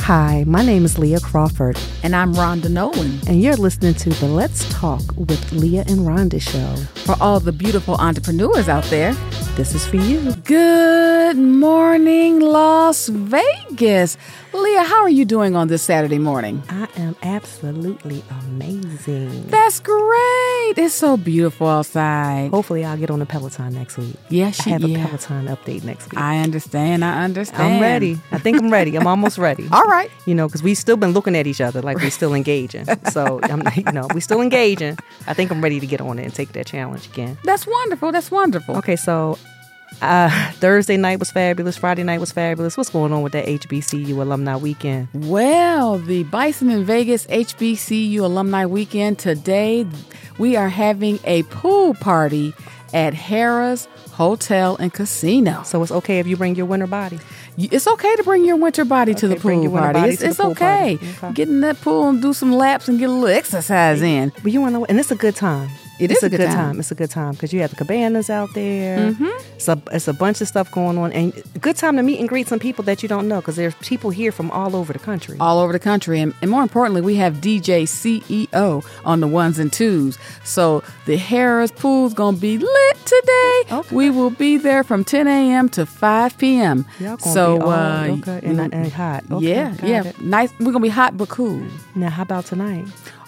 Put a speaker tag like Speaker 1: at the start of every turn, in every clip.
Speaker 1: Hi, my name is Leah Crawford,
Speaker 2: And I'm Rhonda Nolan.
Speaker 1: and you're listening to the Let's Talk with Leah and Rhonda show.
Speaker 2: For all the beautiful entrepreneurs out there,
Speaker 1: This is for you.
Speaker 2: good morning, Las Vegas. Leah, how are you doing on this Saturday morning?
Speaker 1: I am absolutely amazing.
Speaker 2: That's great. It's so beautiful outside.
Speaker 1: Hopefully, I'll get on the Peloton next week.
Speaker 2: Yes,
Speaker 1: I
Speaker 2: you-
Speaker 1: have a
Speaker 2: yeah.
Speaker 1: Peloton update next week.
Speaker 2: I understand. I understand.
Speaker 1: I'm ready. I think I'm ready. I'm almost ready.
Speaker 2: All right.
Speaker 1: You know, because we still been looking at each other like we're still engaging. So, I'm, you know, we still engaging. I think I'm ready to get on it and take that challenge again.
Speaker 2: That's wonderful. That's wonderful.
Speaker 1: Okay, so uh, Thursday night was fabulous. Friday night was fabulous. What's going on with that HBCU alumni weekend?
Speaker 2: Well, the Bison in Vegas HBCU Alumni Weekend today, we are having a pool party at Harrah's Hotel and Casino.
Speaker 1: So it's okay if you bring your winter body.
Speaker 2: You- It's okay to bring your winter body to the
Speaker 1: Okay, bring
Speaker 2: pool
Speaker 1: your winter
Speaker 2: party.
Speaker 1: body
Speaker 2: It's,
Speaker 1: to the
Speaker 2: it's
Speaker 1: pool
Speaker 2: okay.
Speaker 1: party. Okay.
Speaker 2: Get in that pool and do some laps and get a little exercise in.
Speaker 1: But you want to, and it's a good time.
Speaker 2: It
Speaker 1: it's
Speaker 2: is a good
Speaker 1: good time.
Speaker 2: time.
Speaker 1: It's a good time because you have the cabanas out there. Mm-hmm. It's a it's a bunch of stuff going on, and good time to meet and greet some people that you don't know because there's people here from all over the country.
Speaker 2: All over the country. And, and more importantly, we have DJ CEO E on the ones and twos. So the Harris Pool's going to be lit today.
Speaker 1: Okay.
Speaker 2: We will be there from 10 a.m. to 5 p.m.
Speaker 1: Y'all gonna
Speaker 2: so,
Speaker 1: be all
Speaker 2: uh,
Speaker 1: okay
Speaker 2: you
Speaker 1: and,
Speaker 2: know,
Speaker 1: and hot. Okay,
Speaker 2: yeah,
Speaker 1: got
Speaker 2: yeah.
Speaker 1: it.
Speaker 2: Nice. We're going to be hot but cool.
Speaker 1: Now, how about tonight?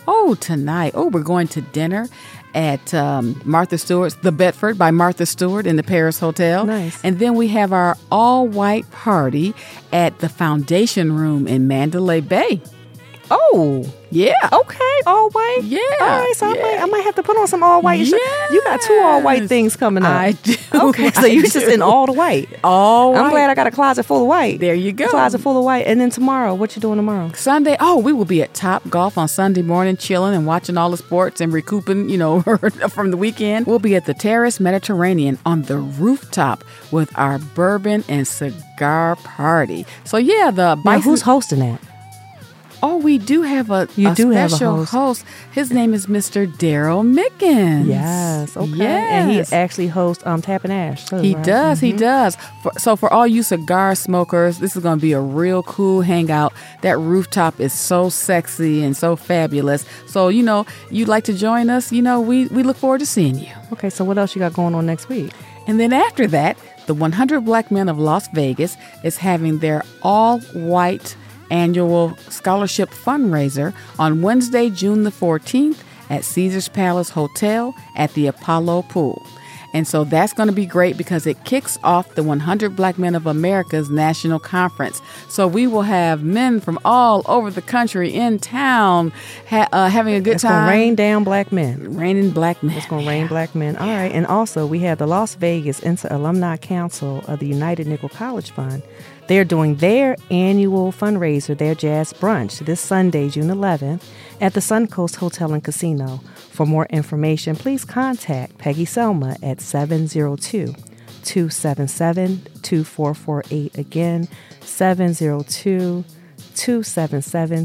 Speaker 2: Oh, tonight. Oh, we're going to dinner at um, Martha Stewart's The Bedford by Martha Stewart in the Paris Hotel.
Speaker 1: Nice.
Speaker 2: And then we have our all white party at the Foundation Room in Mandalay Bay.
Speaker 1: Oh,
Speaker 2: Yeah.
Speaker 1: okay, all white.
Speaker 2: Yeah,
Speaker 1: All right, so I, might,
Speaker 2: yeah.
Speaker 1: I might have to put on some all white. shirt. You got two all white
Speaker 2: Yes.
Speaker 1: things coming up.
Speaker 2: I do.
Speaker 1: Okay, so
Speaker 2: I
Speaker 1: you just
Speaker 2: do.
Speaker 1: in all the white.
Speaker 2: All
Speaker 1: I'm
Speaker 2: white.
Speaker 1: glad I got a closet full of white.
Speaker 2: There you go.
Speaker 1: Closet full of white. And then tomorrow, what you doing tomorrow?
Speaker 2: Sunday, oh, we will be at Top Golf on Sunday morning, chilling and watching all the sports and recouping, you know, from the weekend. We'll be at the Terrace Mediterranean on the rooftop with our bourbon and cigar party. So yeah, the
Speaker 1: Now,
Speaker 2: Bison-
Speaker 1: who's hosting that?
Speaker 2: Oh, we do have a,
Speaker 1: You
Speaker 2: a
Speaker 1: do have a
Speaker 2: special
Speaker 1: host.
Speaker 2: His name is Mr. Daryl Mickens.
Speaker 1: Yes. Okay. And he
Speaker 2: Yes.
Speaker 1: actually hosts um Tap and Ash. too,
Speaker 2: He
Speaker 1: right?
Speaker 2: does. He does. For, so for all you cigar smokers, this is going to be a real cool hangout. That rooftop is so sexy and so fabulous. So you know, you'd like to join us? You know, we we look forward to seeing you.
Speaker 1: Okay. So what else you got going on next week?
Speaker 2: And then after that, the 100 Black Men of Las Vegas is having their all white annual scholarship fundraiser on Wednesday, June the 14th at Caesars Palace Hotel at the Apollo Pool. And so that's going to be great because it kicks off the 100 Black Men of America's National Conference. So we will have men from all over the country in town ha- uh, having a good
Speaker 1: It's
Speaker 2: time.
Speaker 1: gonna rain down black men.
Speaker 2: Raining black men.
Speaker 1: It's gonna rain black men. All right. And also we have the Las Vegas Inter Alumni Council of the United Nickel College Fund. They're doing their annual fundraiser, their jazz brunch, this Sunday, June 11th, at the Suncoast Hotel and Casino. For more information, please contact Peggy Selma at 702- 277-2448 again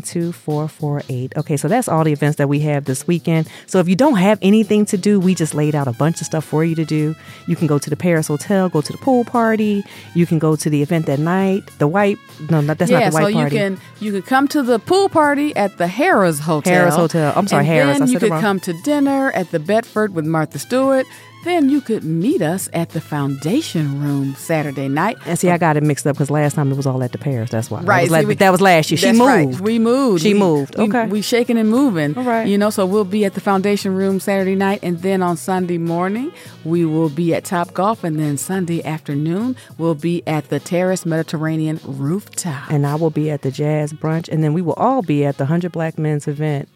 Speaker 1: 702-277-2448 okay so that's all the events that we have this weekend so if you don't have anything to do we just laid out a bunch of stuff for you to do you can go to the paris hotel go to the pool party you can go to the event that night the white no not, that's
Speaker 2: yeah,
Speaker 1: not the white
Speaker 2: so
Speaker 1: party
Speaker 2: you can you can come to the pool party at the Harrah's Hotel.
Speaker 1: Harrah's Hotel. I'm sorry,
Speaker 2: and
Speaker 1: Harrah's. I
Speaker 2: Then you
Speaker 1: said it
Speaker 2: could
Speaker 1: wrong.
Speaker 2: come to dinner at the Bedford with Martha Stewart. Then you could meet us at the Foundation Room Saturday night.
Speaker 1: and see, I got it mixed up because last time it was all at the Paris. That's why. That
Speaker 2: Right,
Speaker 1: was
Speaker 2: see,
Speaker 1: la-
Speaker 2: we-
Speaker 1: that was last year. She
Speaker 2: That's
Speaker 1: moved.
Speaker 2: right. We moved.
Speaker 1: She
Speaker 2: We-
Speaker 1: moved.
Speaker 2: we-
Speaker 1: Okay.
Speaker 2: We shaking and moving.
Speaker 1: All right.
Speaker 2: You know, so we'll be at the Foundation Room Saturday night, and then on Sunday morning we will be at Top Golf, and then Sunday afternoon we'll be at the Terrace Mediterranean rooftop.
Speaker 1: and I will be at the jazz brunch, and then we will all be at the Hundred Black Men's event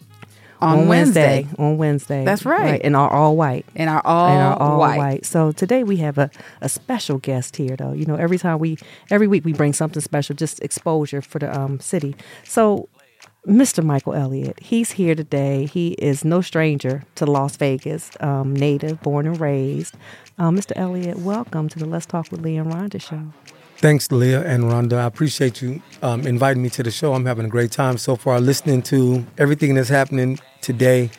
Speaker 2: on Wednesday.
Speaker 1: On Wednesday.
Speaker 2: That's right.
Speaker 1: And are all white.
Speaker 2: And are all,
Speaker 1: and are all
Speaker 2: white.
Speaker 1: white. So today we have a, a special guest here, though. You know, every time we, every week we bring something special, just exposure for the um, city. So, Mr. Michael Elliott, he's here today. He is no stranger to Las Vegas, um, native, born and raised. Um, Mr. Elliott, welcome to the Let's Talk with Lee and Rhonda show.
Speaker 3: Thanks, Leah and Rhonda. I appreciate you um, inviting me to the show. I'm having a great time so far listening to everything that's happening today.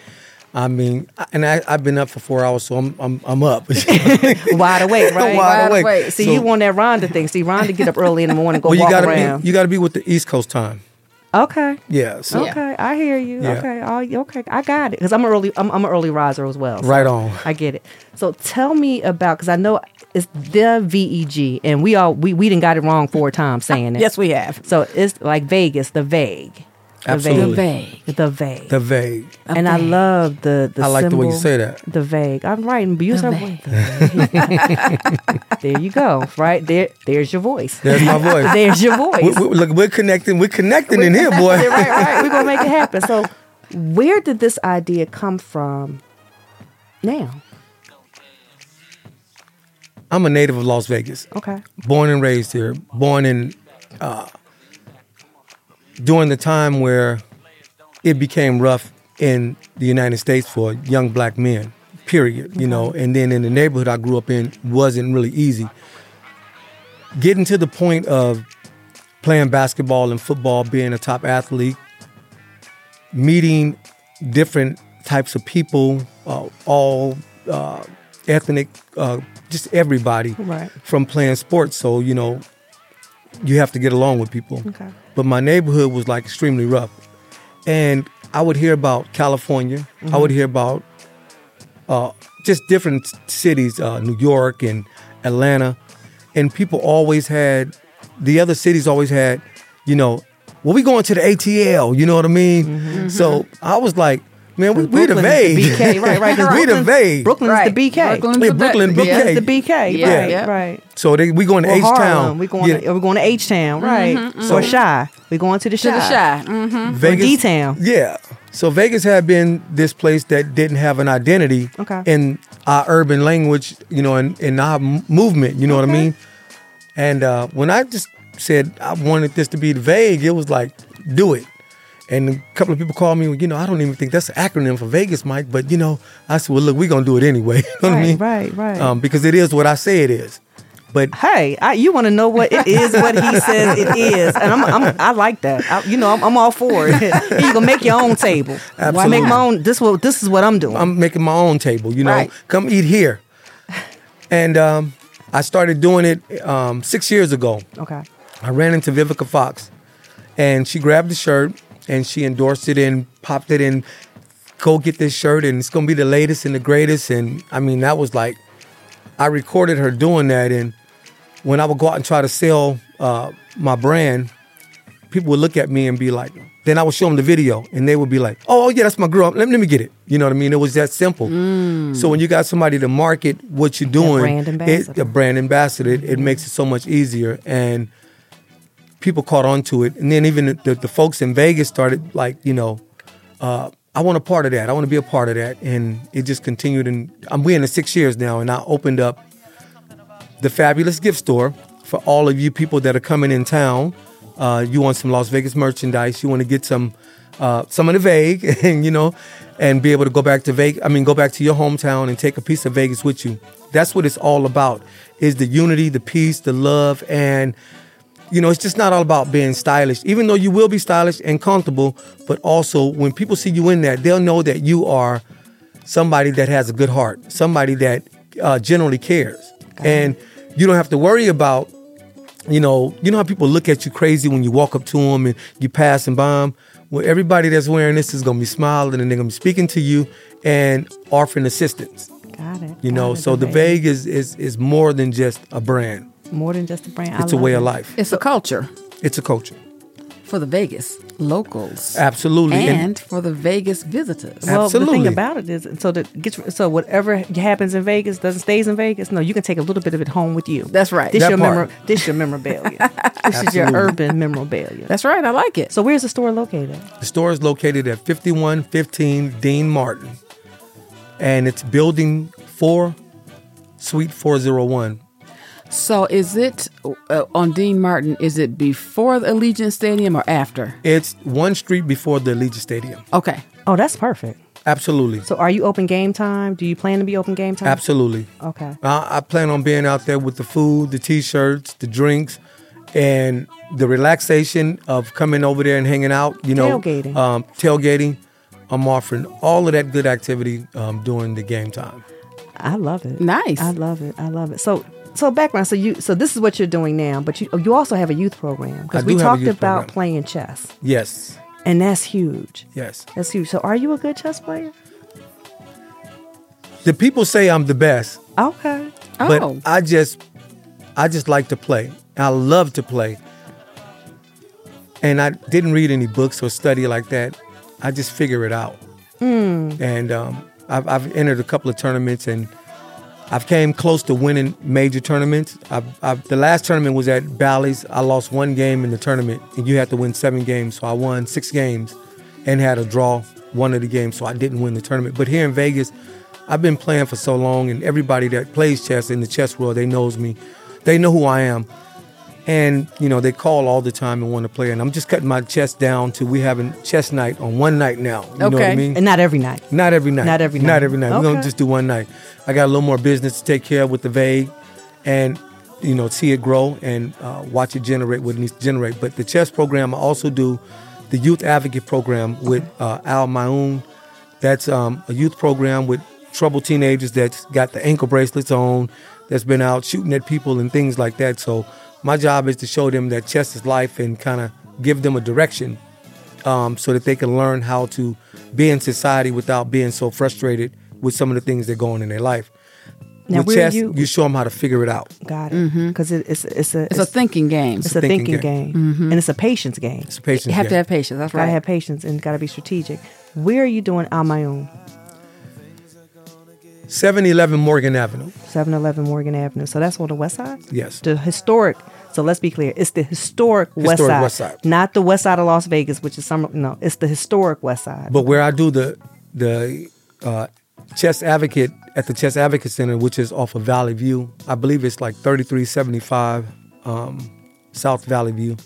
Speaker 3: I mean, I- and I, I've been up for four hours, so I'm I'm, I'm up.
Speaker 1: Wide awake, right?
Speaker 3: Wide
Speaker 2: awake.
Speaker 1: See,
Speaker 3: So-
Speaker 1: you want that Rhonda thing. See, Rhonda get up early in the morning and go
Speaker 3: well, Oh, you
Speaker 1: walk
Speaker 3: gotta
Speaker 1: around.
Speaker 3: be, you gotta be with the East Coast time.
Speaker 1: okay.
Speaker 3: Yeah. So
Speaker 2: Yeah.
Speaker 1: Okay, I hear you.
Speaker 3: Yeah.
Speaker 1: Okay, I, okay, I got it. Because I'm an early, I'm, I'm an early riser as well. so
Speaker 3: Right on.
Speaker 1: I get it. So tell me about because I know it's the VEG, and we all we we didn't got it wrong four times saying it.
Speaker 2: Yes, we have.
Speaker 1: So it's like Vegas, the vague, the
Speaker 3: Absolutely.
Speaker 2: Vague.
Speaker 1: vague, the vague.
Speaker 3: the vague.
Speaker 1: and I love the the.
Speaker 3: I like the way you
Speaker 1: symbol,
Speaker 3: say that.
Speaker 1: The vague. I'm writing, but you
Speaker 2: The
Speaker 1: start
Speaker 2: vague.
Speaker 1: the vague. there you go. Right there. There's your voice.
Speaker 3: There's my voice.
Speaker 1: There's your voice.
Speaker 3: we, we, look, we're connecting. We're connecting in here, boy.
Speaker 1: Yeah, right, right. We're gonna make it happen. So, where did this idea come from? Now,
Speaker 3: I'm a native of Las Vegas.
Speaker 1: okay,
Speaker 3: born and raised here, born in uh, during the time where it became rough in the United States for young black men, period, you know, and then in the neighborhood I grew up in wasn't really easy. Getting to the point of playing basketball and football, being a top athlete, meeting different types of people, uh, all uh, ethnic, uh, just everybody
Speaker 1: Right.
Speaker 3: from playing sports. So, you know, you have to get along with people.
Speaker 1: Okay.
Speaker 3: But my neighborhood was like extremely rough. And I would hear about California, I
Speaker 1: Mm-hmm.
Speaker 3: would hear about uh, just different c- cities, uh, New York and Atlanta. And people always had, the other cities always had, you know, well, we going to the ATL, you know what I mean? So I was like, man, we, we the
Speaker 1: Brooklyn is
Speaker 3: vague.
Speaker 1: Mm-hmm. the BK, right, right, 'cause
Speaker 3: we the
Speaker 1: Brooklyn's-
Speaker 3: vague.
Speaker 1: Brooklyn's
Speaker 2: Right.
Speaker 1: the BK.
Speaker 2: Brooklyn's
Speaker 3: Yeah,
Speaker 2: the
Speaker 3: Brooklyn,
Speaker 2: ba- yeah.
Speaker 3: BK.
Speaker 1: Brooklyn's the BK.
Speaker 2: Yeah.
Speaker 1: Right,
Speaker 2: Yeah.
Speaker 1: right.
Speaker 3: So they, we going to
Speaker 1: Or
Speaker 3: H
Speaker 1: Harlem.
Speaker 3: Town.
Speaker 1: We going. To, we're going to H Town, right? Or Shy. We're going to the
Speaker 2: Mm-hmm. To
Speaker 1: Shy.
Speaker 2: the shy. Mm-hmm.
Speaker 3: Vegas,
Speaker 1: D-Town.
Speaker 3: Yeah. So Vegas had been this place that didn't have an identity
Speaker 1: Okay.
Speaker 3: in our urban language, you know, and in our m- movement, you know what I mean? And uh, when I just said I wanted this to be vague, it was like, do it. And a couple of people called me, you know, I don't even think that's an acronym for Vegas, Mike, but you know, I said, well, look, we're going to do it anyway. you know what I
Speaker 1: Right,
Speaker 3: mean?
Speaker 1: right, right.
Speaker 3: Um, because it is what I say it is. But
Speaker 1: Hey, I, you want to know what it is? What he says it is, and I'm, I'm I like that. I, you know, I'm, I'm all for it. you gonna make your own table. Why make my own? This what this is what I'm doing.
Speaker 3: I'm making my own table, you know.
Speaker 2: Right.
Speaker 3: Come eat here. And um, I started doing it um, six years ago.
Speaker 1: okay.
Speaker 3: I ran into Vivica Fox, and she grabbed the shirt and she endorsed it and popped it in. Go get this shirt, and it's gonna be the latest and the greatest. And I mean, that was like, I recorded her doing that, and when I would go out and try to sell uh, my brand, people would look at me and be like, then I would show them the video, and they would be like, "Oh yeah, that's my girl. Let, let me get it." You know what I mean? It was that simple. So when you got somebody to market what you're doing,
Speaker 1: Mm. brand
Speaker 3: it,
Speaker 1: ambassador.
Speaker 3: a brand ambassador, it, it makes it so much easier. And people caught on to it. And then even the, the folks in Vegas started like, you know, uh, I want a part of that. I want to be a part of that. And it just continued. And I'm we're in the six years now. And I opened up the fabulous gift store for all of you people that are coming in town. Uh, you want some Las Vegas merchandise. You want to get some uh, some of the vague, and you know, and be able to go back to Vegas. I mean, go back to your hometown and take a piece of Vegas with you. That's what it's all about: is the unity, the peace, the love, and you know, it's just not all about being stylish. Even though you will be stylish and comfortable, but also when people see you in that, they'll know that you are somebody that has a good heart, somebody that uh, generally cares, and you don't have to worry about. You know, you know how people look at you crazy when you walk up to them and you pass and by 'em? Well, everybody that's wearing this is gonna be smiling and they're gonna be speaking to you and offering assistance.
Speaker 1: Got it.
Speaker 3: You
Speaker 1: Got
Speaker 3: know,
Speaker 1: it.
Speaker 3: so the vague is is is more than just a brand.
Speaker 1: more than just a brand. I
Speaker 3: It's a
Speaker 1: love
Speaker 3: way
Speaker 1: it.
Speaker 3: of life.
Speaker 2: It's a culture.
Speaker 3: It's a culture.
Speaker 2: for the Vegas locals.
Speaker 3: Absolutely.
Speaker 2: And, for the Vegas visitors.
Speaker 3: Well-
Speaker 1: Well, the thing
Speaker 3: Absolutely.
Speaker 1: about it is, so that gets so whatever happens in Vegas doesn't stays in Vegas. No, you can take a little bit of it home with you.
Speaker 2: That's right.
Speaker 1: This
Speaker 3: That
Speaker 1: your
Speaker 3: part.
Speaker 1: memor- This your memorabilia. this is your
Speaker 3: Absolutely.
Speaker 1: urban memorabilia.
Speaker 2: That's right. I like it. So
Speaker 1: so where's the store located?
Speaker 3: The store is located at 5115 Dean Martin, and it's building four, suite 401.
Speaker 2: so is it uh, on Dean Martin? Is it before the Allegiant Stadium or after?
Speaker 3: It's one street before the Allegiant Stadium.
Speaker 2: Okay.
Speaker 1: Oh, that's perfect.
Speaker 3: Absolutely.
Speaker 1: So are you open game time? Do you plan to be open game time?
Speaker 3: Absolutely.
Speaker 1: Okay.
Speaker 3: I, I plan on being out there with the food, the t-shirts, the drinks, and the relaxation of coming over there and hanging out. You know,
Speaker 1: Tailgating.
Speaker 3: Um, tailgating. I'm offering all of that good activity um, during the game time.
Speaker 1: I love it.
Speaker 2: Nice.
Speaker 1: I love it. I love it. So so background. So you so this is what you're doing now, but you oh, you also have a youth program
Speaker 3: I
Speaker 1: because
Speaker 3: do
Speaker 1: we
Speaker 3: have a
Speaker 1: talked
Speaker 3: youth
Speaker 1: about
Speaker 3: program.
Speaker 1: playing chess,
Speaker 3: Yes,
Speaker 1: and that's huge.
Speaker 3: yes.
Speaker 1: That's huge. So are you a good chess player?
Speaker 3: The people say I'm the best,
Speaker 1: Okay.
Speaker 2: Oh.
Speaker 3: but I just, I just like to play. I love to play, and I didn't read any books or study like that. I just figure it out. and um, I've, I've entered a couple of tournaments and I've came close to winning major tournaments. I've, I've, the last tournament was at Bally's. I lost one game in the tournament, and you had to win seven games. So I won six games and had a draw one of the games, so I didn't win the tournament. But here in Vegas, I've been playing for so long, and everybody that plays chess in the chess world, they knows me. They know who I am. And, you know, they call all the time and want to play. And I'm just cutting my chess down to we having chess night on one night now. You know what
Speaker 2: Okay.
Speaker 3: I mean?
Speaker 1: And not every night.
Speaker 3: Not every night.
Speaker 1: Not every night.
Speaker 3: Not every night. We're gonna
Speaker 1: Okay.
Speaker 3: just do one night. I got a little more business to take care of with the vague, and you know, see it grow and uh, watch it generate what it needs to generate. But the chess program, I also do the youth advocate program with uh, Al Mayoun. That's um, a youth program with troubled teenagers that's got the ankle bracelets on, that's been out shooting at people and things like that. So my job is to show them that chess is life and kind of give them a direction um, so that they can learn how to be in society without being so frustrated with some of the things that are going in their life.
Speaker 1: Now,
Speaker 3: with
Speaker 1: where
Speaker 3: chess,
Speaker 1: you-
Speaker 3: you, show them how to figure it out.
Speaker 1: Got it. Because it, it's it's a
Speaker 2: It's a thinking game.
Speaker 1: it's a
Speaker 3: thinking
Speaker 1: thinking game,
Speaker 3: game.
Speaker 1: and it's a patience game.
Speaker 3: It's a patience.
Speaker 2: you have to
Speaker 3: game.
Speaker 2: have patience. That's
Speaker 1: Gotta
Speaker 2: right.
Speaker 1: have patience and gotta be strategic. Where are you doing on my own?
Speaker 3: 711 Morgan Avenue.
Speaker 1: 711 Morgan Avenue. So that's on the west side?
Speaker 3: Yes.
Speaker 1: The historic. So let's be clear. It's the historic, west,
Speaker 3: Historic
Speaker 1: side,
Speaker 3: west side.
Speaker 1: Not the west side of Las Vegas, which is some no, it's the historic west side.
Speaker 3: But where I do the the uh, chess advocate at the Chess Advocate Center, which is off of Valley View, I believe it's like 3375 um, South Valley View.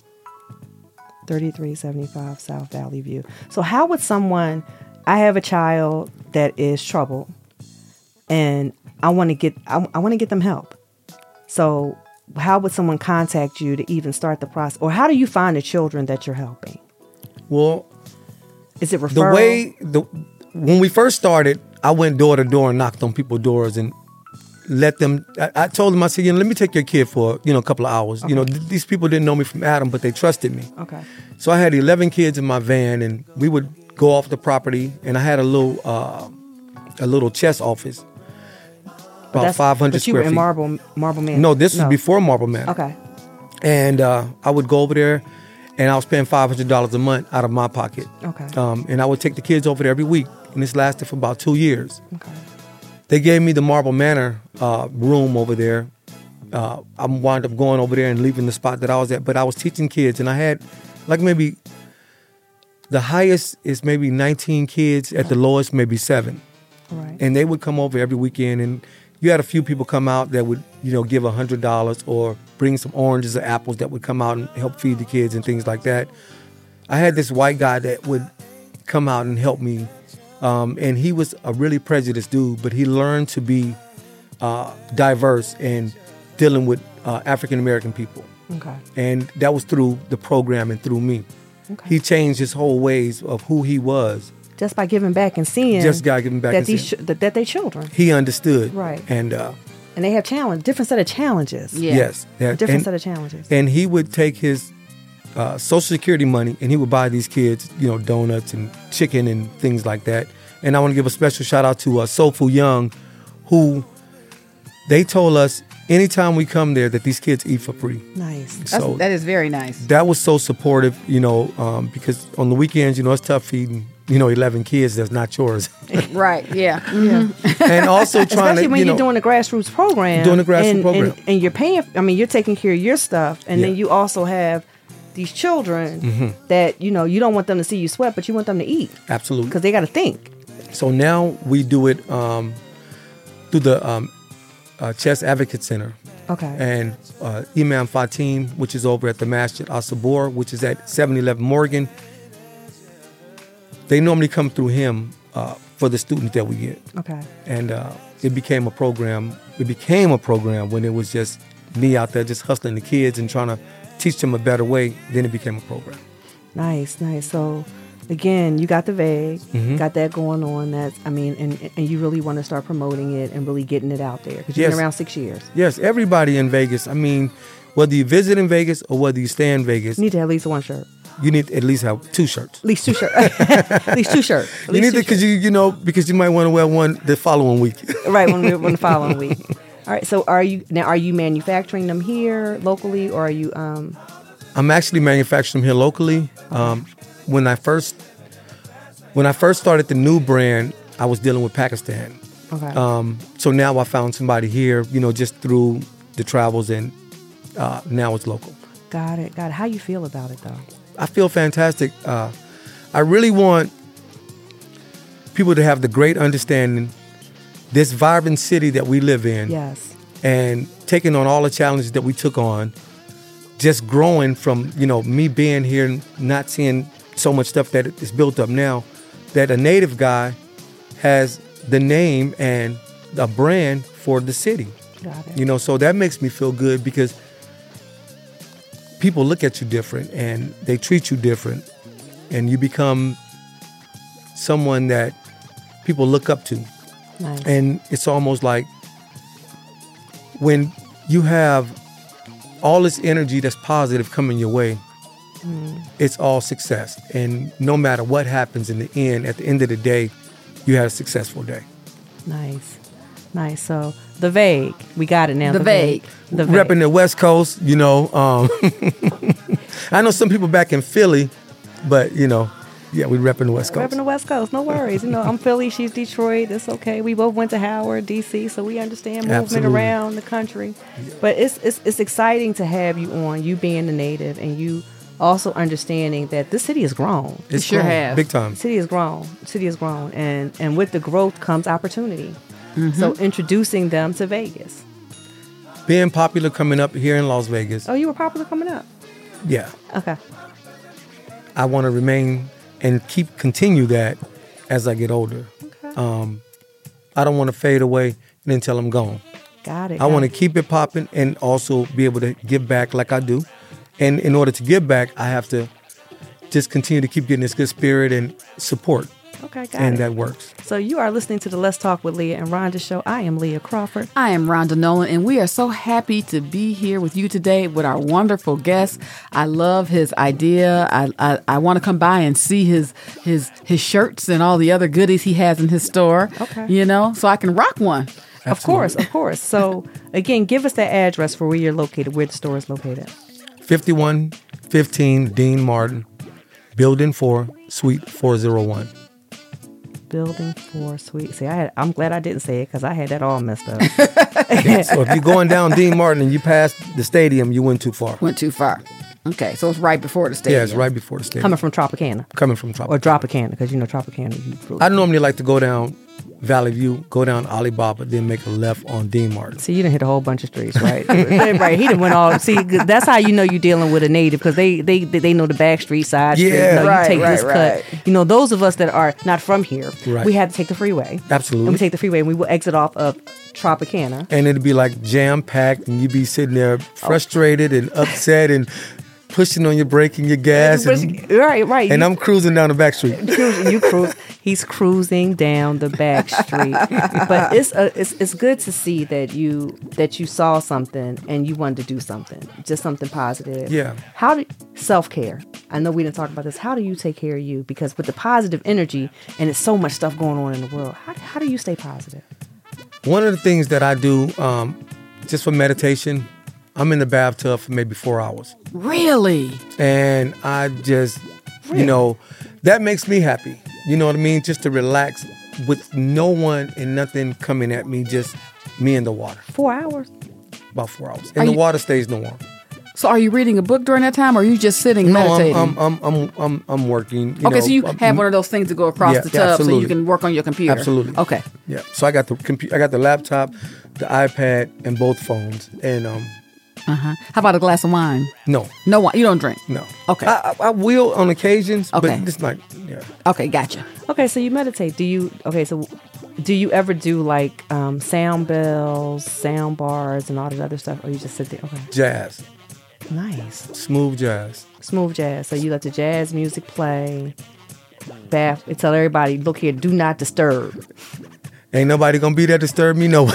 Speaker 1: 3375 South Valley View. So how would someone I have a child that is troubled and I want to get I, I want to get them help. So how would someone contact you to even start the process or how do you find the children that you're helping?
Speaker 3: Well,
Speaker 1: Is it referral?
Speaker 3: the way the when we first started, I went door to door and knocked on people's doors and let them. I, I told them, I said, you know, let me take your kid for you know a couple of hours. You know,
Speaker 1: Uh-huh.
Speaker 3: th- these people didn't know me from Adam, but they trusted me.
Speaker 1: Okay.
Speaker 3: So I had 11 kids in my van, and we would go off the property, and I had a little uh, a little chess office,
Speaker 1: But
Speaker 3: about
Speaker 1: that's-
Speaker 3: 500
Speaker 1: but you
Speaker 3: square
Speaker 1: were in
Speaker 3: feet.
Speaker 1: Marble Marble Man.
Speaker 3: No, this was before Marble Man.
Speaker 1: Okay.
Speaker 3: and uh, I would go over there, and I would spend five hundred dollars a month out of my pocket.
Speaker 1: Okay.
Speaker 3: Um, and I would take the kids over there every week, and this lasted for about two years.
Speaker 1: Okay.
Speaker 3: They gave me the Marble Manor uh, room over there. Uh, I wound up going over there and leaving the spot that I was at, but I was teaching kids, and I had like maybe the highest is maybe 19 kids, at the lowest maybe seven
Speaker 1: All right.
Speaker 3: and they would come over every weekend and you had a few people come out that would you know give hundred dollars or bring some oranges or apples that would come out and help feed the kids and things like that i had this white guy that would come out and help me um, and he was a really prejudiced dude but he learned to be uh, diverse and dealing with uh, african american people
Speaker 1: okay.
Speaker 3: and that was through the program and through me
Speaker 1: Okay.
Speaker 3: he changed his whole ways of who he was
Speaker 1: just by giving back and seeing
Speaker 3: Just by giving back
Speaker 1: that
Speaker 3: and
Speaker 1: these
Speaker 3: seeing.
Speaker 1: ch- that, that they children
Speaker 3: he understood
Speaker 1: Right.
Speaker 3: and uh,
Speaker 1: and they have challenge different set of challenges.
Speaker 2: Yeah.
Speaker 3: Yes. Yeah.
Speaker 1: Different
Speaker 3: and,
Speaker 1: set of challenges.
Speaker 3: and he would take his uh, social security money and he would buy these kids, you know, donuts and chicken and things like that. And I want to give a special shout out to uh, Soulful Young, who they told us anytime we come there, that these kids eat for free.
Speaker 1: Nice.
Speaker 2: That's,
Speaker 3: so
Speaker 2: that is very nice.
Speaker 3: that was so supportive, you know, um, because on the weekends, you know, it's tough feeding, you know, 11 kids that's not yours.
Speaker 2: right. Yeah.
Speaker 3: and also trying
Speaker 1: Especially
Speaker 3: to,
Speaker 1: when
Speaker 3: you
Speaker 1: you
Speaker 3: know,
Speaker 1: are doing a grassroots program.
Speaker 3: Doing a grassroots
Speaker 1: and,
Speaker 3: program.
Speaker 1: And, and you're paying, I mean, you're taking care of your stuff. And then
Speaker 3: Yeah. Mm-hmm.
Speaker 1: you also have these children that, you know, you don't want them to see you sweat, but you want them to eat
Speaker 3: absolutely.
Speaker 1: because they got to think.
Speaker 3: So now we do it um, through the um, uh, Chess Advocate Center
Speaker 1: Okay.
Speaker 3: and uh, Imam Fatim, which is over at the Masjid Al Sabor, which is at 711 Morgan. They normally come through him uh, for the students that we get.
Speaker 1: okay.
Speaker 3: And uh, it became a program. It became a program when it was just me out there just hustling the kids and trying to teach them a better way. Then it became a program.
Speaker 1: Nice, nice. So, again, you got the vague,
Speaker 3: Mm-hmm.
Speaker 1: got that going on. That's, I mean, and, and you really want to start promoting it and really getting it out there because you've
Speaker 3: Yes.
Speaker 1: been around six years.
Speaker 3: Yes, everybody in Vegas. I mean, whether you visit in Vegas or whether you stay in Vegas,
Speaker 1: You need to have at least one shirt,
Speaker 3: you need to at least have two shirts.
Speaker 1: at least two shirts, at least two shirts. At
Speaker 3: You
Speaker 1: least
Speaker 3: need
Speaker 1: two
Speaker 3: to because you you know because you might want to wear one the following week.
Speaker 1: right when we when the following week. All right. So are you now? Are you manufacturing them here locally, or are you? Um,
Speaker 3: I'm actually manufacturing them here locally. Um, when I first when I first started the new brand, I was dealing with Pakistan.
Speaker 1: okay.
Speaker 3: Um, so now I found somebody here, you know, just through the travels, and uh, now it's local.
Speaker 1: got it. Got it. How you feel about it though?
Speaker 3: I feel fantastic. Uh, I really want people to have the great understanding this vibrant city that we live in.
Speaker 1: Yes.
Speaker 3: and taking on all the challenges that we took on, just growing from you know me being here and not seeing so much stuff that is built up now, that a native guy has the name and a brand for the city.
Speaker 1: Got it.
Speaker 3: You know, so that makes me feel good because people look at you different and they treat you different, and you become someone that people look up to
Speaker 1: nice.
Speaker 3: and it's almost like when you have all this energy that's positive coming your way
Speaker 1: Mm.
Speaker 3: it's all success and no matter what happens in the end at the end of the day you had a successful day
Speaker 1: nice. Nice. So the vague, we got it now.
Speaker 2: The
Speaker 1: The vague.
Speaker 3: repping the west coast you know um, i know some people back in philly but you know yeah we repping the west coast
Speaker 1: Repping the West Coast, no worries. You know, I'm Philly, she's Detroit. It's okay. We both went to Howard, D.C., so we understand movement
Speaker 3: Absolutely.
Speaker 1: around the country. But it's, it's it's exciting to have you on. You being the native, and you also understanding that this city has grown.
Speaker 3: it's
Speaker 2: sure
Speaker 3: grown,
Speaker 2: have.
Speaker 3: big time
Speaker 1: city has grown city has grown and and with the growth comes opportunity so introducing them to vegas
Speaker 3: being popular coming up here in las vegas
Speaker 1: oh you were popular coming up
Speaker 3: yeah
Speaker 1: okay
Speaker 3: I want to remain and keep continue that as I get older.
Speaker 1: Okay.
Speaker 3: Um, I don't want to fade away and until I'm gone.
Speaker 1: got it
Speaker 3: I want to keep it popping and also be able to give back like I do. And in order to give back, I have to just continue to keep getting this good spirit and support,
Speaker 1: to okay got
Speaker 3: and
Speaker 1: it
Speaker 3: that works.
Speaker 1: so you are listening to the let's talk with leah and rhonda show i am leah crawford
Speaker 2: I am Rhonda Nolan, and we are so happy to be here with you today with our wonderful guest. I love his idea. I I, I want to come by and see his his his shirts and all the other goodies he has in his store.
Speaker 1: Okay.
Speaker 2: you know, so I can rock one.
Speaker 1: of course of course so again give us that address for where you're located where the store is located
Speaker 3: 5115 Dean Martin, Building 4, Suite 401.
Speaker 1: building four suite see i had i'm glad i didn't say it because i had that all messed up
Speaker 3: so if you're going down Dean Martin and you pass the stadium, you went too far.
Speaker 2: Went too far. Okay, so it's right before the stadium.
Speaker 3: Yeah, it's right before the stadium.
Speaker 1: coming from tropicana
Speaker 3: Coming from Tropic.
Speaker 1: or tropicana because you know tropicana you really
Speaker 3: I normally like to go down Valley View, go down Alibaba, then make a left on Dean Martin.
Speaker 1: See, you didn't hit a whole bunch of streets, right? right. He didn't went all. See, 'cause that's how you know you're dealing with a native because they, they they they know the back street side. street.
Speaker 3: Yeah.
Speaker 1: you, know,
Speaker 2: Right,
Speaker 1: you take
Speaker 2: right,
Speaker 1: this
Speaker 2: right.
Speaker 1: cut. You know, those of us that are not from here,
Speaker 3: Right.
Speaker 1: we had to take the freeway.
Speaker 3: Absolutely.
Speaker 1: And we take the freeway and we will exit off of Tropicana.
Speaker 3: And it'd be like jam packed, and you'd be sitting there frustrated and upset and pushing on your brake and your gas. And,
Speaker 1: right, right.
Speaker 3: and
Speaker 1: you,
Speaker 3: I'm cruising down the back street.
Speaker 1: cruising, you cruise. He's cruising down the back street, but it's, a, it's it's good to see that you that you saw something and you wanted to do something, just something positive.
Speaker 3: Yeah.
Speaker 1: How do self care? I know we didn't talk about this. How do you take care of you? Because with the positive energy and it's so much stuff going on in the world, how, how do you stay positive?
Speaker 3: One of the things that I do um, just for meditation. I'm in the bathtub for maybe four hours.
Speaker 2: Really?
Speaker 3: and I just, you know, that makes me happy. You know what I mean? Just to relax with no one and nothing coming at me, just me in the water,
Speaker 1: Four hours.
Speaker 3: about four hours.
Speaker 2: Are
Speaker 3: And the
Speaker 2: you-
Speaker 3: water stays no warm.
Speaker 2: So are you reading a book during that time or are you just sitting
Speaker 3: No,
Speaker 2: meditating?
Speaker 3: I'm, I'm, I'm, I'm, I'm, I'm working. You
Speaker 2: okay,
Speaker 3: know,
Speaker 2: so you
Speaker 3: I'm-
Speaker 2: have one of those things to go across
Speaker 3: Yeah,
Speaker 2: the
Speaker 3: yeah,
Speaker 2: tub so you
Speaker 3: absolutely.
Speaker 2: can work on your computer.
Speaker 3: Absolutely.
Speaker 2: Okay.
Speaker 3: Yeah. So I got the computer, I got the laptop, the iPad, and both phones. And um,
Speaker 2: How about a glass of wine?
Speaker 3: no,
Speaker 2: No wine. You don't drink.
Speaker 3: no.
Speaker 2: Okay.
Speaker 3: I, I, I will on occasions,
Speaker 2: Okay.
Speaker 3: but it's not. Yeah.
Speaker 2: Okay, gotcha.
Speaker 1: Okay, so you meditate. Do you okay? So do you ever do like um, sound bells, sound bars, and all that other stuff, or you just sit there? Okay,
Speaker 3: Jazz,
Speaker 1: nice,
Speaker 3: smooth jazz.
Speaker 1: smooth jazz. So you let the jazz music play. Bath. and Tell everybody, look here, do not disturb.
Speaker 3: Ain't nobody gonna be there to disturb me. No way.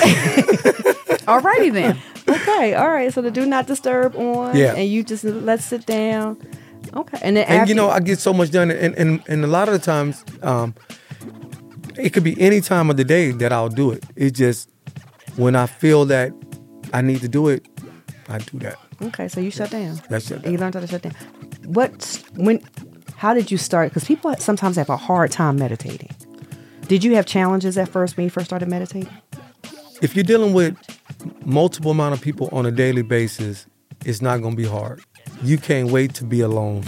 Speaker 2: Alrighty then.
Speaker 1: Okay, all right. So the do not disturb on,
Speaker 3: Yeah.
Speaker 1: and you just let's sit down. Okay, and then
Speaker 3: and
Speaker 1: after,
Speaker 3: you know i get so much done and and, and a lot of the times um it could be any time of the day that i'll do it it's just when i feel that i need to do it i do that
Speaker 1: Okay, so you shut down.
Speaker 3: That's shut
Speaker 1: You
Speaker 3: down.
Speaker 1: learned how to shut down. What when? How did you start? Because people sometimes have a hard time meditating. Did you have challenges at first when you first started meditating?
Speaker 3: if you're dealing with multiple amount of people on a daily basis it's not going to be hard you can't wait to be alone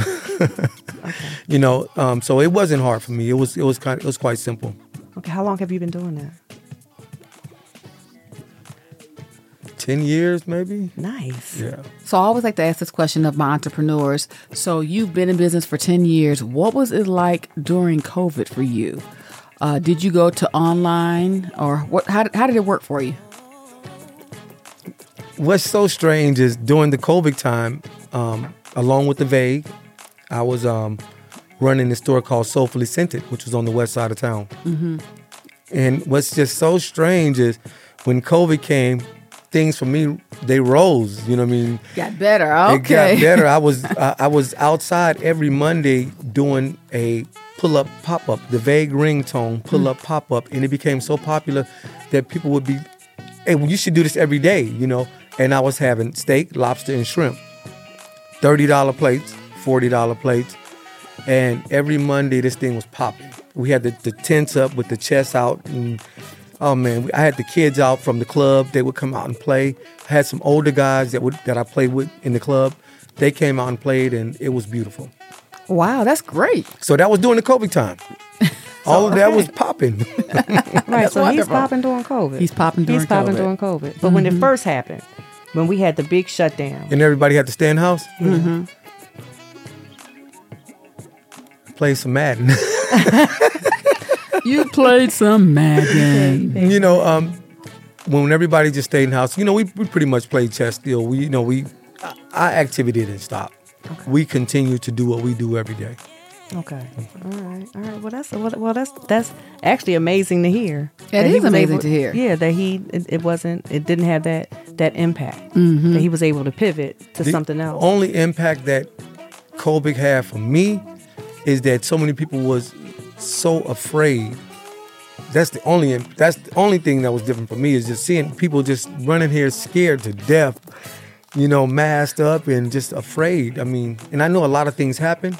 Speaker 3: you know um, so it wasn't hard for me it was it was kind it was quite simple
Speaker 1: Okay, how long have you been doing that?
Speaker 3: 10 years maybe
Speaker 1: Nice.
Speaker 3: yeah
Speaker 2: So I always like to ask this question of my entrepreneurs. So you've been in business for 10 years. What was it like during COVID for you? Uh, did you go to online or what? How, did- how did it work for you?
Speaker 3: what's so strange is during the COVID time, um, along with the vague, I was um, running this store called Soulfully Scented, which was on the west side of town. And what's just so strange is when COVID came, things for me they rose. You know what I mean?
Speaker 2: Got better.
Speaker 3: It got better. I was I, I was outside every Monday doing a pull up pop up, the vague ringtone pull up pop up, and it became so popular that people would be, hey, well, you should do this every day, you know. And I was having steak, lobster, and shrimp, thirty dollar plates, forty dollar plates, and every Monday this thing was popping. We had the, the tents up with the chests out and. Oh man, we- I had the kids out from the club. They would come out and play. I had some older guys that would that I played with in the club. They came out and played, and it was beautiful.
Speaker 2: Wow, that's great.
Speaker 3: So that was during the COVID time. All of that was popping.
Speaker 1: Right. So he's
Speaker 2: wonderful.
Speaker 1: popping during COVID.
Speaker 2: He's popping during
Speaker 1: He's popping
Speaker 2: COVID.
Speaker 1: during
Speaker 2: Mm-hmm.
Speaker 1: COVID. But when it first happened, when we had the big shutdown,
Speaker 3: and everybody had to stay in house. Play some Madden.
Speaker 2: You played some Madden.
Speaker 3: you know, um, when everybody just stayed in house, you know, we, we pretty much played chess still. We, you know, we, I- our activity didn't stop. We continue to do what we do every day.
Speaker 1: Okay. All right. All right. Well, that's well, well that's that's actually amazing to hear.
Speaker 2: That
Speaker 1: That he
Speaker 2: is
Speaker 1: was
Speaker 2: amazing
Speaker 1: able-
Speaker 2: to hear.
Speaker 1: Yeah, that he it, it wasn't it didn't have that that impact. Mm-hmm. That he was able to pivot to
Speaker 3: The
Speaker 1: something else.
Speaker 3: Only impact that COVID had for me is that so many people was so afraid. That's the only that's the only thing that was different for me is just seeing people just running here scared to death, you know, masked up and just afraid. I mean, and I know a lot of things happen,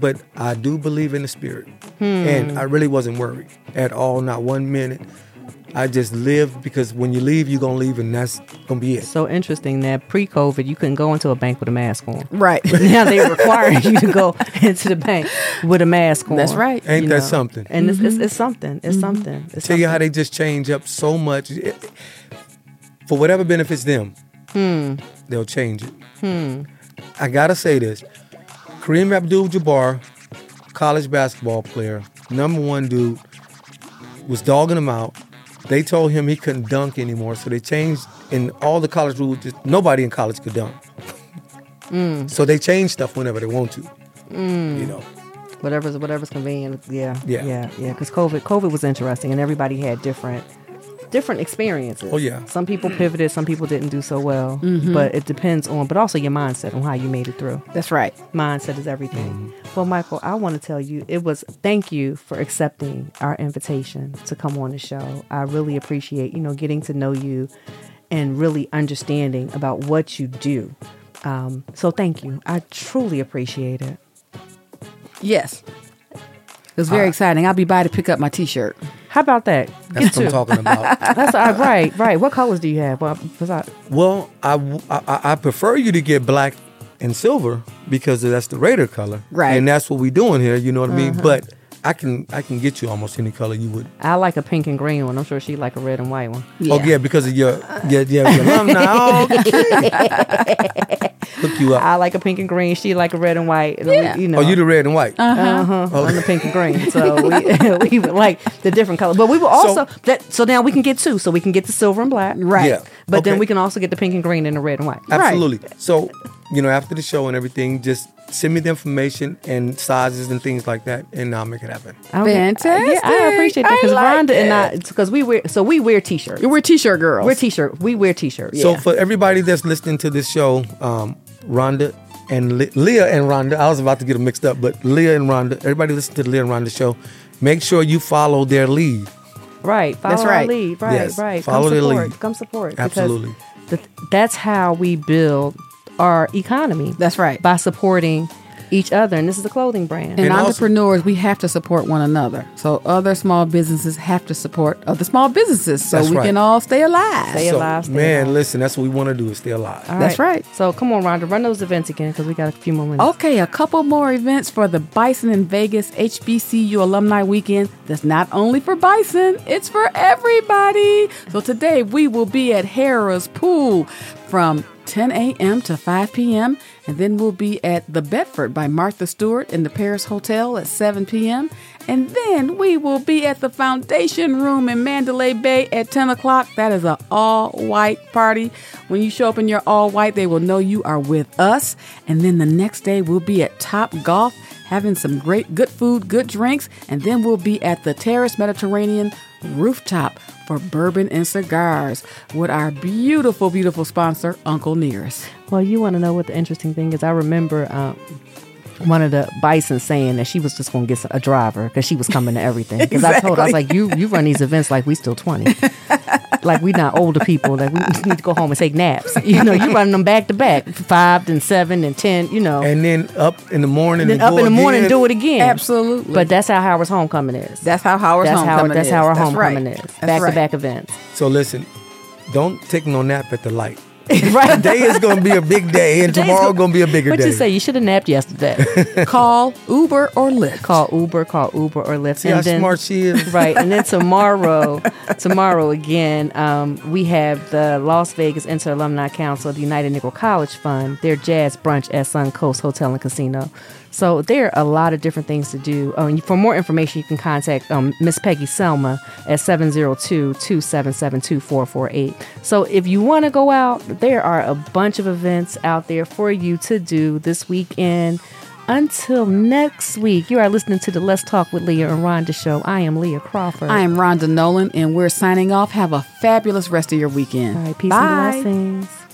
Speaker 3: but I do believe in the spirit.
Speaker 1: Hmm.
Speaker 3: And I really wasn't worried at all, not one minute. I just lived because when you leave, you're gonna leave and that's gonna be it.
Speaker 1: so interesting that pre-COVID you couldn't go into a bank with a mask on.
Speaker 2: Right.
Speaker 1: now they require you to go into the bank with a mask on.
Speaker 2: That's right. Mm-hmm.
Speaker 3: Ain't
Speaker 1: you
Speaker 3: that
Speaker 1: know.
Speaker 3: something?
Speaker 1: And it's, it's, it's something. It's something. It's
Speaker 3: tell you how
Speaker 1: something.
Speaker 3: they just change up so much It- for whatever benefits them. They'll change it. I gotta say this: Kareem Abdul-Jabbar, college basketball player, number one dude, was dogging him out. They told him he couldn't dunk anymore, so they changed in all the college rules. Just, nobody in college could dunk. So they change stuff whenever they want to. You know,
Speaker 1: whatever's whatever's convenient. Yeah,
Speaker 3: Yeah.
Speaker 1: yeah, yeah. Because COVID, COVID was interesting, and everybody had different different experiences.
Speaker 3: Oh, yeah.
Speaker 1: Some people pivoted, some people didn't do so well. But it depends on, but also your mindset on how you made it through.
Speaker 2: That's right.
Speaker 1: Mindset is everything.
Speaker 3: Mm-hmm.
Speaker 1: Well, Michael, I want to tell you it was thank you for accepting our invitation to come on the show. I really appreciate, you know, getting to know you and really understanding about what you do. Um, so thank you. I truly appreciate it.
Speaker 2: Yes. It was very
Speaker 1: Uh,
Speaker 2: exciting. I'll be by to pick up my T-shirt.
Speaker 1: How about that? Get
Speaker 3: That's what
Speaker 1: two.
Speaker 3: I'm talking about.
Speaker 1: That's all right, right, right. What colors do you have? Well, was I,
Speaker 3: Well, I, w- I- I- I prefer you to get black and silver because that's the Raider color,
Speaker 2: Right.
Speaker 3: And that's what we doing here. You know what
Speaker 1: Uh-huh.
Speaker 3: I mean? But I can I can get you almost any color you would.
Speaker 1: I like a pink and green one. I'm sure she like a red and white one.
Speaker 3: Oh yeah, because of your yeah yeah your alumni. Okay. Hook you up.
Speaker 1: I like a pink and green. She like a red and white. and we-
Speaker 2: Yeah. Oh,
Speaker 1: you know.
Speaker 3: Oh, you the red and white.
Speaker 1: Uh-huh. I'm the pink and green, so we, we would like the different color. But we will
Speaker 3: So-
Speaker 1: also that so now we can get two, so we can get the silver and black,
Speaker 2: Right. Uh,
Speaker 3: Yeah.
Speaker 1: But then
Speaker 3: Okay.
Speaker 1: we can also get the pink and green and the red and white.
Speaker 2: Right.
Speaker 3: Absolutely. So, you know, after the show and everything, just send me the information and sizes and things like that, and I'll make it happen.
Speaker 1: Okay. Yeah, I
Speaker 2: Fantastic.
Speaker 1: appreciate that
Speaker 2: I
Speaker 1: because
Speaker 2: like
Speaker 1: Rhonda and I,
Speaker 2: it.
Speaker 1: because we wear so we wear t-shirts.
Speaker 2: We're T-shirt girls.
Speaker 1: We're t-shirt. We wear t-shirts.
Speaker 3: So,
Speaker 2: Yeah.
Speaker 3: for everybody that's listening to this show, um, Rhonda and Le- Leah and Rhonda, I was about to get them mixed up, but Leah and Rhonda, everybody listen to the Leah and Rhonda show. Make sure you follow their lead.
Speaker 1: Right. Follow
Speaker 2: That's
Speaker 1: our
Speaker 2: right.
Speaker 1: lead. Right.
Speaker 3: Yes,
Speaker 1: Right.
Speaker 3: follow
Speaker 1: Come
Speaker 3: the
Speaker 1: support.
Speaker 3: lead.
Speaker 1: Come support. because
Speaker 3: Absolutely.
Speaker 1: th- that's how we build our economy.
Speaker 2: That's right.
Speaker 1: By supporting each other, and this is a clothing brand.
Speaker 2: and,
Speaker 3: And also-
Speaker 2: entrepreneurs, we have to support one another. So other small businesses have to support other small businesses, so
Speaker 3: That's
Speaker 2: we
Speaker 3: right.
Speaker 2: can all stay alive.
Speaker 1: Stay
Speaker 3: so,
Speaker 1: alive, stay
Speaker 3: man,
Speaker 1: alive.
Speaker 3: listen, that's what we want to do is stay alive.
Speaker 1: All
Speaker 2: That's right.
Speaker 1: So come on, Rhonda, run those events again because we got a few more minutes.
Speaker 2: Okay, a couple more events for the Bison in Vegas HBCU Alumni Weekend. That's not only for Bison, it's for everybody. So today we will be at Harrah's Pool from 10 a.m. to 5 p.m. And then we'll be at The Bedford by Martha Stewart in the Paris Hotel at 7 p.m. And then we will be at the Foundation Room in Mandalay Bay at 10 o'clock. That is an all white party. When you show up in your all white, they will know you are with us. And then the next day, we'll be at Top Golf having some great good food, good drinks. And then we'll be at the Terrace Mediterranean rooftop for bourbon and cigars with our beautiful, beautiful sponsor, Uncle Nearest.
Speaker 1: Well, you want to know what the interesting thing is? I remember um, one of the bison saying that she was just going to get a driver because she was coming to everything. Because I told her, I was like, you you run these events like we still 20. like we not older people. Like we just need to go home and take naps. You know, you running them back to back. Five, then seven, and 10, you know.
Speaker 3: And then up in the morning,
Speaker 1: then
Speaker 3: and
Speaker 1: up
Speaker 3: go
Speaker 1: in the morning
Speaker 3: again.
Speaker 1: do it again.
Speaker 2: Absolutely.
Speaker 1: But that's how Howard's homecoming is.
Speaker 2: That's how Howard's
Speaker 1: that's how
Speaker 2: homecoming
Speaker 1: that's
Speaker 2: is.
Speaker 1: how our
Speaker 2: That's right.
Speaker 1: homecoming is.
Speaker 2: That's
Speaker 1: Back
Speaker 2: right.
Speaker 1: to back events.
Speaker 3: So listen, don't take no nap at the light.
Speaker 1: right.
Speaker 3: Today is going to be a big day, and tomorrow going to be a bigger
Speaker 1: what
Speaker 3: day.
Speaker 1: you say? You should have napped yesterday.
Speaker 2: Call Uber or Lyft.
Speaker 1: call Uber, call Uber or Lyft.
Speaker 3: See how smart she is.
Speaker 1: Right. And then tomorrow, tomorrow again, um, we have the Las Vegas Inter Alumni Council, the United Negro College Fund, their jazz brunch at Suncoast Hotel and Casino. So there are a lot of different things to do. Oh, and for more information, you can contact um, Miss Peggy Selma at 702-277-2448. So if you want to go out, there are a bunch of events out there for you to do this weekend. Until next week, you are listening to the Let's Talk with Leah and Rhonda show. I am Leah Crawford.
Speaker 2: I am Rhonda Nolan, and we're signing off. Have a fabulous rest of your weekend.
Speaker 1: All right, peace
Speaker 2: Bye.
Speaker 1: and blessings.